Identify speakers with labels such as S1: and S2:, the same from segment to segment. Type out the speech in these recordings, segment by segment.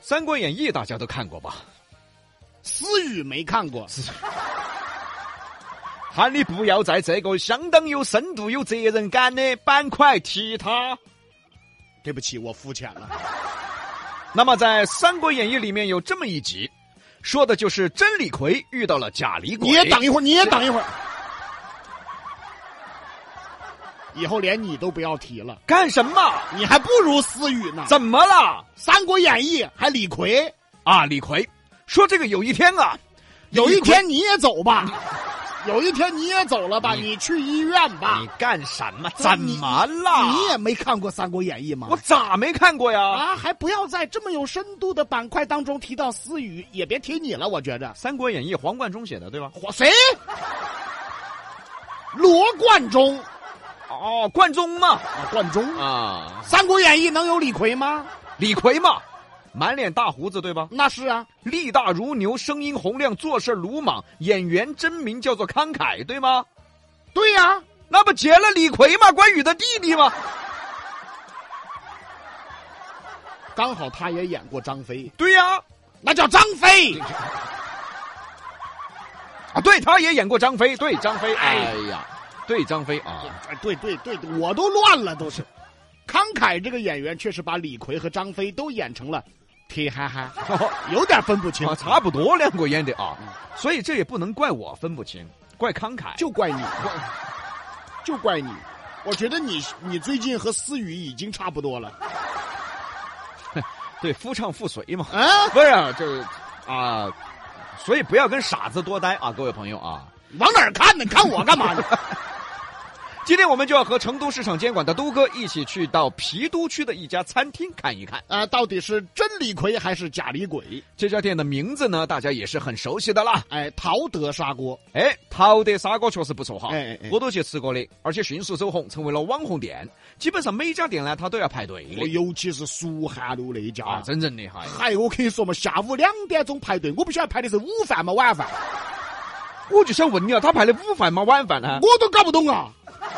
S1: 三国演义》大家都看过吧？
S2: 思雨没看过，
S1: 喊你不要在这个相当有深度、有责任感的板块提他。
S2: 对不起，我肤浅了。
S1: 那么，在《三国演义》里面有这么一集，说的就是真李逵遇到了假李鬼。
S2: 你也等一会儿，你也等一会儿。 以后连你都不要提了，
S1: 干什么？
S2: 你还不如思雨呢。《
S1: 怎么了？
S2: 三国演义》还李逵，
S1: 啊，李逵说这个有一天啊，
S2: 有一天你也走吧， 有一天你也走了吧，
S1: 你
S2: 你去医院吧。
S1: 你干什么？怎么了？
S2: 啊你也没看过《三国演义》吗？
S1: 我咋没看过呀？
S2: 啊，还不要在这么有深度的板块当中提到思雨，也别提你了，我觉着
S1: 《三国演义》黄贯中写的对吧？
S2: 火谁？罗贯中
S1: 哦，贯中嘛
S2: 啊，贯中，《
S1: 啊，
S2: 三国演义》能有李逵吗？
S1: 李逵嘛，满脸大胡子对吧？
S2: 那是啊，
S1: 力大如牛，声音洪亮，做事鲁莽，演员真名叫做慷慨对吗？
S2: 对呀、
S1: 那不结了李逵吗？关羽的弟弟吗？
S2: 刚好他也演过张飞，
S1: 对呀、
S2: 那叫张飞。
S1: 啊，对，他也演过张飞，对张飞，哎
S2: 哎
S1: 呀，对张飞 啊，
S2: 哎，对对对，对我都乱了，都是。慷慨这个演员确实把李逵和张飞都演成了，铁憨憨，有点分不清
S1: 啊，，差不多两个演的啊，所以这也不能怪我分不清，怪慷慨。
S2: 嗯就怪你， 就怪你。我觉得你你最近和思雨已经差不多了
S1: 对夫唱妇随嘛，
S2: 啊，
S1: 不是啊这啊，所以不要跟傻子多待啊，各位朋友啊。
S2: 往哪儿看呢？你看我干嘛呢？
S1: 今天我们就要和成都市场监管的都哥一起去到郫都区的一家餐厅看一看。
S2: 啊，到底是真李逵还是假李鬼？
S1: 这家店的名字呢，大家也是很熟悉的啦。
S2: 哎，陶德砂锅，
S1: 哎，陶德砂锅确实不错哈，
S2: 哎哎哎
S1: 我都去吃过的，而且迅速走红，成为了网红店。基本上每家店呢，它都要排队
S2: 我
S1: 的
S2: 尤其是蜀汉路那一家。
S1: 啊，真正厉害。
S2: 嗨，我跟你说嘛，下午两点钟排队，我不晓得排的是午饭嘛晚饭，
S1: 我就想问你啊，他排的午饭吗？晚饭呢？
S2: 我都搞不懂啊。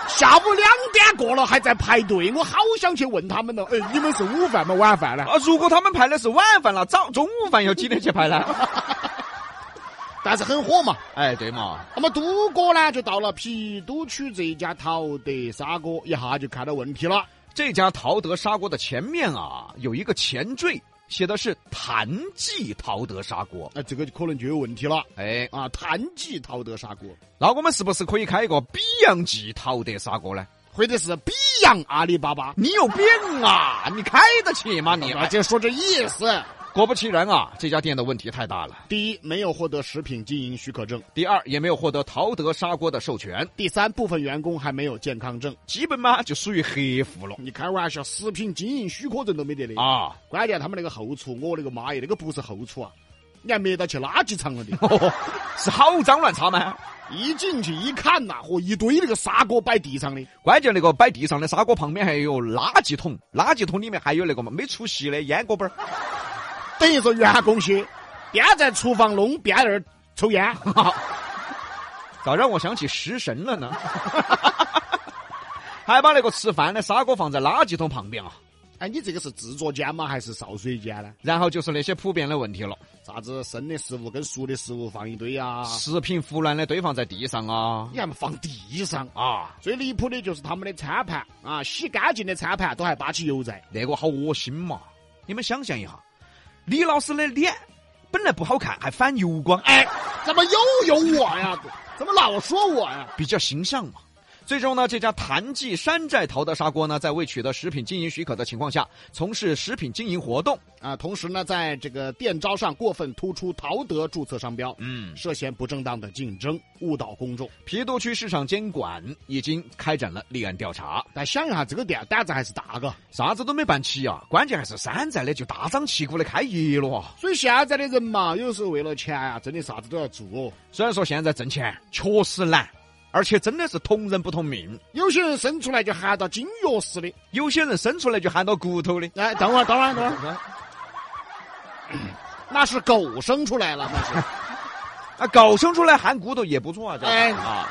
S2: 下午两点过了还在排队，我好想去问他们呢。哎，你们是午饭吗？晚饭呢？
S1: 啊，如果他们排的是晚饭了，早中午饭要几点去排呢？
S2: 但是很火嘛。
S1: 哎，对嘛，
S2: 那么都哥呢，就到了郫都区这一家陶德砂锅，一下就看到问题了。
S1: 这家陶德砂锅的前面啊有一个前缀，写的是“谭记陶德砂锅
S2: 那、哎这个就可能就有问题了”。
S1: 哎，
S2: 啊！谭记陶德砂锅，
S1: 那我们是不是可以开一个比洋记陶德砂锅呢？
S2: 或者是比洋阿里巴巴。
S1: 你有病啊！你开得起吗你？
S2: 啊，就说这意思。
S1: 果不其然啊，这家店的问题太大了。
S2: 第一，没有获得食品经营许可证；
S1: 第二，也没有获得陶德砂锅的授权，
S2: 第三，部分员工还没有健康证。
S1: 基本嘛就属于黑户了
S2: 你开玩笑，食品经营许可证都没得的。
S1: 啊。
S2: 关键他们那个后厨，我那个妈耶，那个不是后厨啊，你还没到去垃圾场了的。
S1: 哦，是好脏乱差吗？
S2: 一进去一看呐、嚯，一堆那个砂锅摆地上的。
S1: 关键那个摆地上的砂锅旁边还有垃圾桶，垃圾桶里面还有那个嘛没出息的烟锅本儿。
S2: 等于说员工些边在厨房弄边在那儿抽烟。
S1: 咋让我想起食神了呢？ 还把那个吃饭的砂锅放在垃圾桶旁边啊，
S2: 哎，你这个是制作间吗？还是潲水间呢？
S1: 然后就是那些普遍的问题了，
S2: 啥子生的食物跟熟的食物放一堆啊？
S1: 食品腐烂的堆放在地上啊
S2: 你还没放地上。
S1: 啊，
S2: 最离谱的就是他们的餐盘啊，洗干净的餐盘都还扒起油在。
S1: 那个好恶心嘛！你们想象一下，李老师的脸本来不好看，还反油光，
S2: 哎，怎么又有我呀？怎么老说我呀？
S1: 比较形象嘛。最终呢，这家谭记山寨陶德砂锅呢，在未取得食品经营许可的情况下，从事食品经营活动，
S2: 啊，同时呢，在这个店招上过分突出陶德注册商标，
S1: 嗯，
S2: 涉嫌不正当的竞争，误导公众。
S1: 郫都区市场监管已经开展了立案调查，
S2: 但想一下，这个店胆子还是大个。
S1: 啥子都没办起啊，关键还是山寨的就大张旗鼓的开业了啊。
S2: 所以现在的人嘛，有时候为了钱啊，真的啥子都要做哦。
S1: 虽然说现在挣钱确实难，而且真的是同人不同命，
S2: 有些人生出来就喊到金钥匙的。
S1: 有些人生出来就喊到骨头的，
S2: 哎，等会儿，等会儿，等会儿， 那是狗生出来了，那是。
S1: 啊，狗生出来含骨头也不错啊，这
S2: 哎
S1: 啊。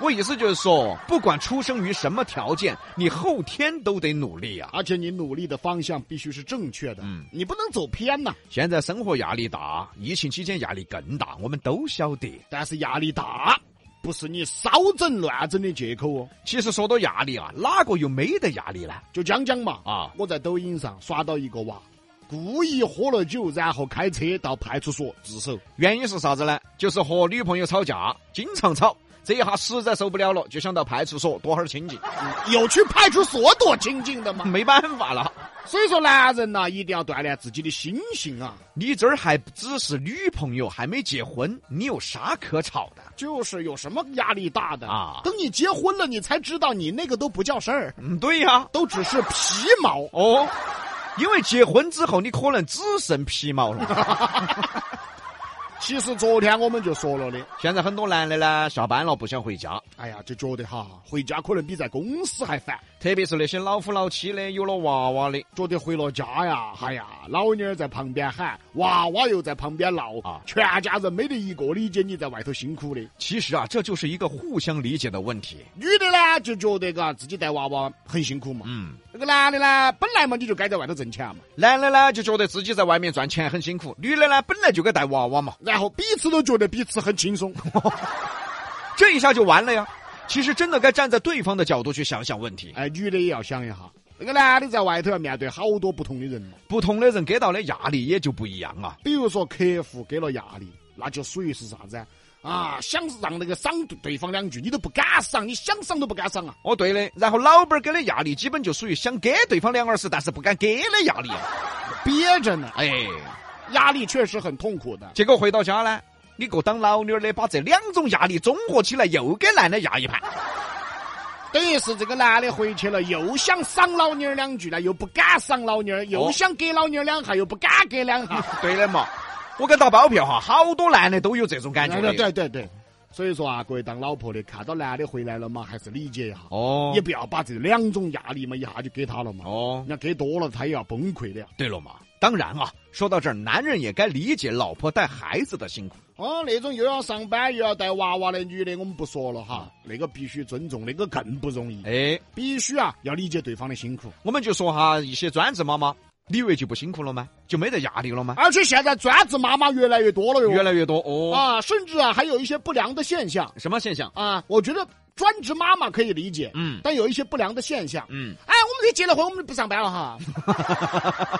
S1: 我意思就是说，不管出生于什么条件，你后天都得努力啊。
S2: 而且你努力的方向必须是正确的，
S1: 嗯
S2: 你不能走偏呐。
S1: 现在生活压力大，疫情期间压力更大，我们都晓得。
S2: 但是压力大不是你少整乱整的借口哦。
S1: 其实说到压力啊，哪个又没得压力呢？
S2: 就讲讲嘛，
S1: 啊，
S2: 我在抖音上刷到一个娃，故意喝了酒，然后开车到派出所自首。
S1: 原因是啥子呢？就是和女朋友吵架，经常吵，这一下实在受不了了，就想到派出所躲会儿清静，
S2: 有去派出所躲清静的吗？
S1: 没办法了。
S2: 所以说，男人呐、一定要锻炼自己的心性啊。
S1: 你这儿还只是女朋友，还没结婚，你有啥可吵的？
S2: 就是有什么压力大的
S1: 啊
S2: 等你结婚了，你才知道你那个都不叫事儿，
S1: 嗯，对呀、
S2: 都只是皮毛。
S1: 哦，因为结婚之后你可能只剩皮毛了。
S2: 其实昨天我们就说了的，
S1: 现在很多男的呢，下班了不想回家，
S2: 哎呀，就觉得哈，回家可能比在公司还烦，
S1: 特别是那些老夫老妻的，有了娃娃的，
S2: 觉得回了家
S1: 啊
S2: 呀，哎呀，老娘儿在旁边喊，娃娃又在旁边闹
S1: 啊
S2: 全家人没得一个理解你在外头辛苦的。
S1: 其实啊，这就是一个互相理解的问题。
S2: 女的呢，就觉得嘎自己带娃娃很辛苦嘛。
S1: 嗯，
S2: 那个男的呢，本来嘛你就该在外头挣钱嘛，
S1: 男的呢就觉得自己在外面赚钱很辛苦，女的呢本来就该带娃娃嘛，
S2: 然后彼此都觉得彼此很轻 松。
S1: 这一下就完了呀。其实真的该站在对方的角度去想想问题，
S2: 哎，女的也要想一下，那个男的在外头要面对好多不同的人嘛，
S1: 不同的人给到的压力也就不一样啊。
S2: 比如说客户给了压力，那就属于是啥子啊？啊，想让那个赏对方两句，你都不敢赏，你想赏都不敢赏啊！
S1: 哦，对的，然后老板儿给的压力基本就属于想给对方两耳屎，但是不敢给的压力啊。
S2: 憋着呢，
S1: 哎，
S2: 压力确实很痛苦的。
S1: 结果回到家呢，你个当老妞儿的把这两种压力综合起来，又给男的压一 盘。
S2: 等于是这个男的回去了，又想赏老娘儿两句了，又不敢赏老娘儿，又
S1: 哦
S2: 想给老娘儿两下，又不敢给两下。
S1: 对的嘛，我敢打包票哈，好多男的都有这种 感觉
S2: 对
S1: 的。
S2: 对对对，所以说啊，各位当老婆的，看到男的回来了嘛，还是理解一下，
S1: 哦
S2: 也不要把这两种压力嘛一下就给他了嘛。
S1: 哦，
S2: 那给多了，他也要崩溃的呀。
S1: 对了嘛。当然啊，说到这儿，男人也该理解老婆带孩子的辛苦。
S2: 哦，那种又要上班又要带娃娃的女的，我们不说了哈，那个必须尊重，那个更不容易，
S1: 哦哎，
S2: 必须啊要理解对方的辛苦。
S1: 我们就说哈，一些专职妈妈，李维就不辛苦了吗？就没得压力了吗？
S2: 而且现在专职妈妈越来越多了哟，
S1: 越来越多哦。
S2: 哎啊，甚至啊还有一些不良的现象
S1: 什么现象？
S2: 啊，我觉得专职妈妈可以理解，
S1: 嗯
S2: 但有一些不良的现象。
S1: 嗯，
S2: 哎，我们这结了婚，我们就不上班 了哈，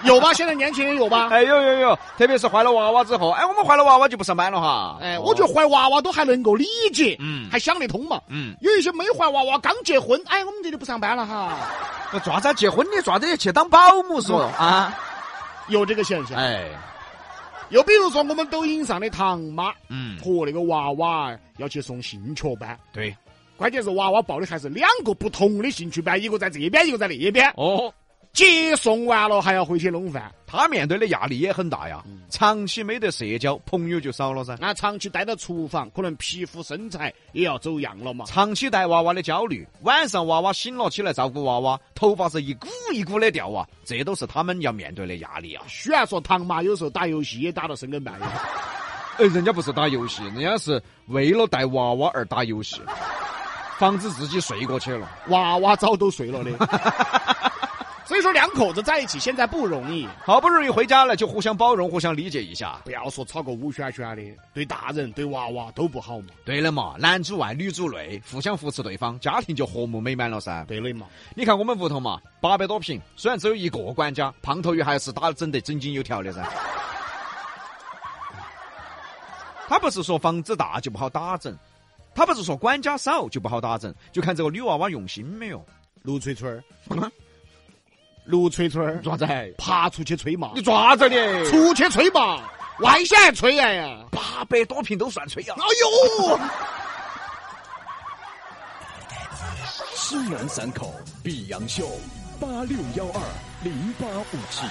S2: 有吧？现在年轻人有吧？
S1: 哎有有有，特别是怀了娃娃之后，哎，我们怀了娃娃就不上班了哈。
S2: 哎，
S1: 哦
S2: 我觉得怀娃娃都还能够理解，
S1: 嗯
S2: 还想得通嘛。
S1: 嗯，
S2: 有一些没怀娃娃刚结婚，哎，我们这就不上班了哈，
S1: 那爪子结婚的爪子也去当保姆嗦啊！
S2: 有这个现象。
S1: 哎，
S2: 又比如说我们抖音上的唐妈
S1: 嗯，
S2: 和那个娃娃要去送兴趣班，
S1: 对，
S2: 关键是娃娃报的还是两个不同的兴趣班，一个在这边，一个在那边。
S1: 哦，
S2: 接送完了还要回去弄饭，
S1: 他面对的压力也很大呀，长期没得社交，朋友就少了噻。
S2: 那长期待到厨房，可能皮肤身材也要走样了嘛。
S1: 长期带娃娃的焦虑，晚上娃娃醒了起来照顾娃娃，头发是一股一股的掉啊，这都是他们要面对的压力啊。
S2: 虽然说唐妈有时候打游戏也打到深更半夜，
S1: 哎，人家不是打游戏，人家是为了带娃娃而打游戏， 防止自己睡过去了。
S2: 娃娃早都睡了的。 所以说两口子在一起现在不容易，
S1: 好不容易回家了，就互相包容，互相理解一下。
S2: 不要说吵个乌旋旋的，对大人对娃娃都不好嘛。
S1: 对了嘛，男主外女主内，互相扶持对方，家庭就和睦美满了噻。
S2: 对的嘛，
S1: 你看我们屋头嘛，八百多平，虽然只有一个管家，胖头鱼还是打整得井井有条的噻。 他不是说房子大就不好打整，他不是说管家少就不好打整，就看这个女娃娃用心没有。
S2: 陆翠春儿，嗯陆翠春儿
S1: 爪子？
S2: 爬出去吹嘛，
S1: 爪子的
S2: 出去吹嘛，外向吹呀呀！
S1: 八百多平都算吹呀、
S2: 哎呦，
S3: 西南三口碧阳秀八六幺二零八五七。